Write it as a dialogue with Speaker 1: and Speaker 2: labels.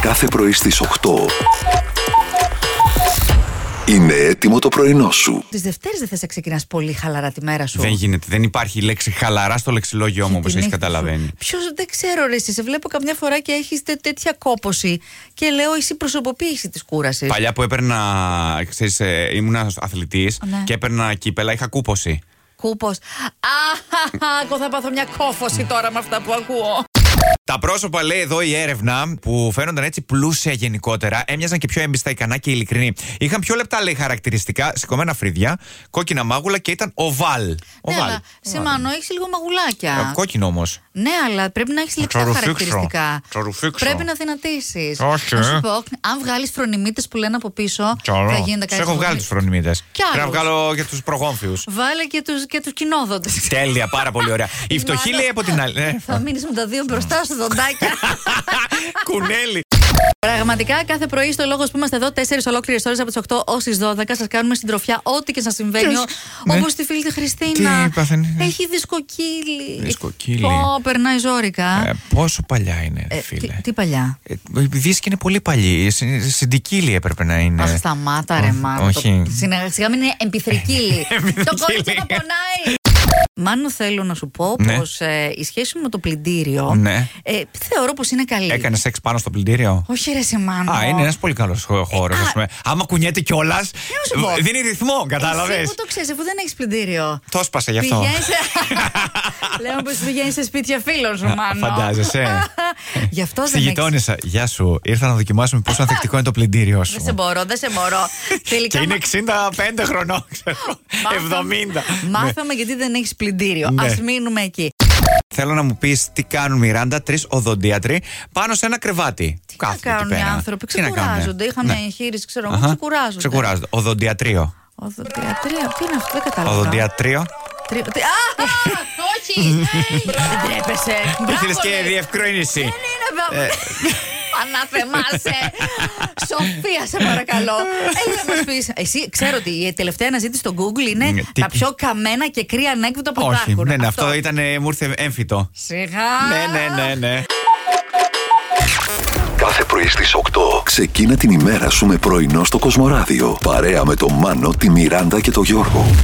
Speaker 1: κάθε πρωί στις 8. Είναι έτοιμο το πρωινό σου.
Speaker 2: Τις Δευτέρες δεν θες να ξεκινάς πολύ χαλαρά τη μέρα σου.
Speaker 3: Δεν γίνεται. Δεν υπάρχει η λέξη χαλαρά στο λεξιλόγιο μου, όπως έχει καταλαβαίνει.
Speaker 2: Ποιος δεν ξέρω, ρε, εσύ σε βλέπω καμιά φορά και έχεις τέτοια κόποση και λέω εσύ προσωποποίηση της κούρασης.
Speaker 3: Παλιά που έπαιρνα. Ξέρεις, ε, ήμουνα αθλητής
Speaker 2: Ναι.
Speaker 3: και έπαιρνα κύπελα, είχα κούποση.
Speaker 2: Κούπο. Αχ, εγώ θα πάθω μια κόφωση τώρα με αυτά που ακούω.
Speaker 3: Τα πρόσωπα, λέει εδώ η έρευνα, που φαίνονταν έτσι πλούσια γενικότερα, έμοιαζαν και πιο έμπιστα, ικανά και ειλικρινή. Είχαν πιο λεπτά, λέει, χαρακτηριστικά, σηκωμένα φρύδια, κόκκινα μάγουλα και ήταν οβάλ.
Speaker 2: Ναι, αλλά Σιμάνο, έχεις λίγο μαγουλάκια.
Speaker 3: Ε, Κόκκινο όμως.
Speaker 2: Ναι, αλλά πρέπει να έχεις λεπτά
Speaker 3: ξαρουφίξω.
Speaker 2: χαρακτηριστικά.
Speaker 3: Ξαρουφίξω.
Speaker 2: Πρέπει να δυνατήσει.
Speaker 3: Όχι,
Speaker 2: Να
Speaker 3: ε.
Speaker 2: σου πω, αν βγάλεις φρονιμίτες που λένε από πίσω, θα γίνεται κάτι.
Speaker 3: Του έχω
Speaker 2: πολύ-
Speaker 3: βγάλει του φρονιμίδε.
Speaker 2: Κι άλλους.
Speaker 3: Πρέπει να βγάλω και τους προγόμφιους.
Speaker 2: Βάλε και τους και τους κοινόδοντες.
Speaker 3: Τέλεια, πάρα πολύ ωραία. Η φτωχή
Speaker 2: Μάλλον
Speaker 3: λέει από την άλλη. ε,
Speaker 2: Θα μείνεις με τα δύο μπροστά σου, δοντάκια.
Speaker 3: Κουνέλι.
Speaker 2: Πραγματικά κάθε πρωί στο λόγος που είμαστε εδώ, 4 ολόκληρες ώρες από τις 8 ω τι 12, σας κάνουμε συντροφιά ό,τι και σα συμβαίνει.
Speaker 3: ναι.
Speaker 2: Όπω τη φίλη τη Χριστίνα.
Speaker 3: Τι πάθανε, ναι.
Speaker 2: Έχει δισκοκύλι.
Speaker 3: Δισκοκύλι.
Speaker 2: Ω, περνάει ζώρικα.
Speaker 3: Ε, πόσο παλιά είναι,
Speaker 2: Ε,
Speaker 3: φίλε.
Speaker 2: τι, τι παλιά.
Speaker 3: Ε, Η δίσκη είναι πολύ παλιή. Συν- Συντικίλη έπρεπε να είναι.
Speaker 2: Αχ, σταμάτα ρε
Speaker 3: Ό-
Speaker 2: μάνα.
Speaker 3: Ε, όχι.
Speaker 2: Σιγά μην είναι εμπιθρικίλη. το κόλλησε να πονάει. Μάνο θέλω να σου πω
Speaker 3: Ναι.
Speaker 2: πως ε, η σχέση μου με το πλυντήριο
Speaker 3: Ναι.
Speaker 2: ε, θεωρώ πως είναι καλή.
Speaker 3: Έκανες σεξ πάνω στο πλυντήριο.
Speaker 2: Όχι ρε Σιμάνο.
Speaker 3: Α, είναι ένας πολύ καλός χώρος.
Speaker 2: Ε, ας. Ε,
Speaker 3: Άμα κουνιέται κιόλας.
Speaker 2: σου πω.
Speaker 3: Δίνει ρυθμό, κατάλαβε.
Speaker 2: Εσύ που το ξέρεις, αφού δεν έχεις πλυντήριο.
Speaker 3: Το σπάσε γι' αυτό.
Speaker 2: Πηγαίνεις- Λέω πως πηγαίνεις σε σπίτια φίλων σου, μάλλον.
Speaker 3: Φαντάζεσαι.
Speaker 2: Γι' αυτό δεν
Speaker 3: Στη
Speaker 2: έχεις-
Speaker 3: γειτόνισσα. Γεια σου. Ήρθα να δοκιμάσουμε πόσο ανθεκτικό είναι το πλυντήριο σου.
Speaker 2: Δεν σε μπορώ, δεν σε μπορώ.
Speaker 3: Και
Speaker 2: Τελικά.
Speaker 3: είναι
Speaker 2: μα-
Speaker 3: 65 χρονών, ξέρω. 70.
Speaker 2: Μάθαμε γιατί δεν έχεις πλυντήριο.
Speaker 3: Ναι.
Speaker 2: Ας μείνουμε εκεί.
Speaker 3: Θέλω να μου πεις τι κάνουν Μιράντα, τρεις οδοντίατροι, πάνω σε ένα κρεβάτι.
Speaker 2: Τι να
Speaker 3: Κάθονται
Speaker 2: κάνουν
Speaker 3: εκεί
Speaker 2: οι
Speaker 3: πέρα.
Speaker 2: άνθρωποι,
Speaker 3: Τι να κάνουν.
Speaker 2: ξεκουράζονται. Είχα μια
Speaker 3: Ναι.
Speaker 2: εγχείρηση, ξέρω εγώ,
Speaker 3: Αχα.
Speaker 2: ξεκουράζονται.
Speaker 3: Ξεκουράζονται. Οδοντιατρίο.
Speaker 2: Οδοντιατρία, τι είναι αυτό, δεν κατάλαβα.
Speaker 3: Οδοντιατρίο.
Speaker 2: Τρι- τι- Α, όχι! Δεν τρέπεσαι.
Speaker 3: Ήθελε
Speaker 2: Μπράβο,
Speaker 3: και
Speaker 2: ρε.
Speaker 3: διευκρίνηση.
Speaker 2: Δεν είναι βέβαια.
Speaker 3: Ε.
Speaker 2: Αναθεμάσαι. Σοφία, σε παρακαλώ. Έλα να μας πεις. Εσύ ξέρω ότι η τελευταία αναζήτηση στο Google
Speaker 3: Ναι,
Speaker 2: είναι
Speaker 3: τι-
Speaker 2: τα πιο καμένα και κρύα ανέκδοτα που
Speaker 3: Όχι,
Speaker 2: υπάρχουν.
Speaker 3: ναι, ναι, αυτό ήταν, ε, μου ήρθε έμφυτο.
Speaker 2: Σιγά.
Speaker 3: Ναι, ναι, ναι, ναι.
Speaker 1: Κάθε πρωί στις 8. Ξεκίνα την ημέρα σου με πρωινό στο Κοσμοράδιο. Παρέα με τον Μάνο, τη Μιράντα και τον Γιώργο.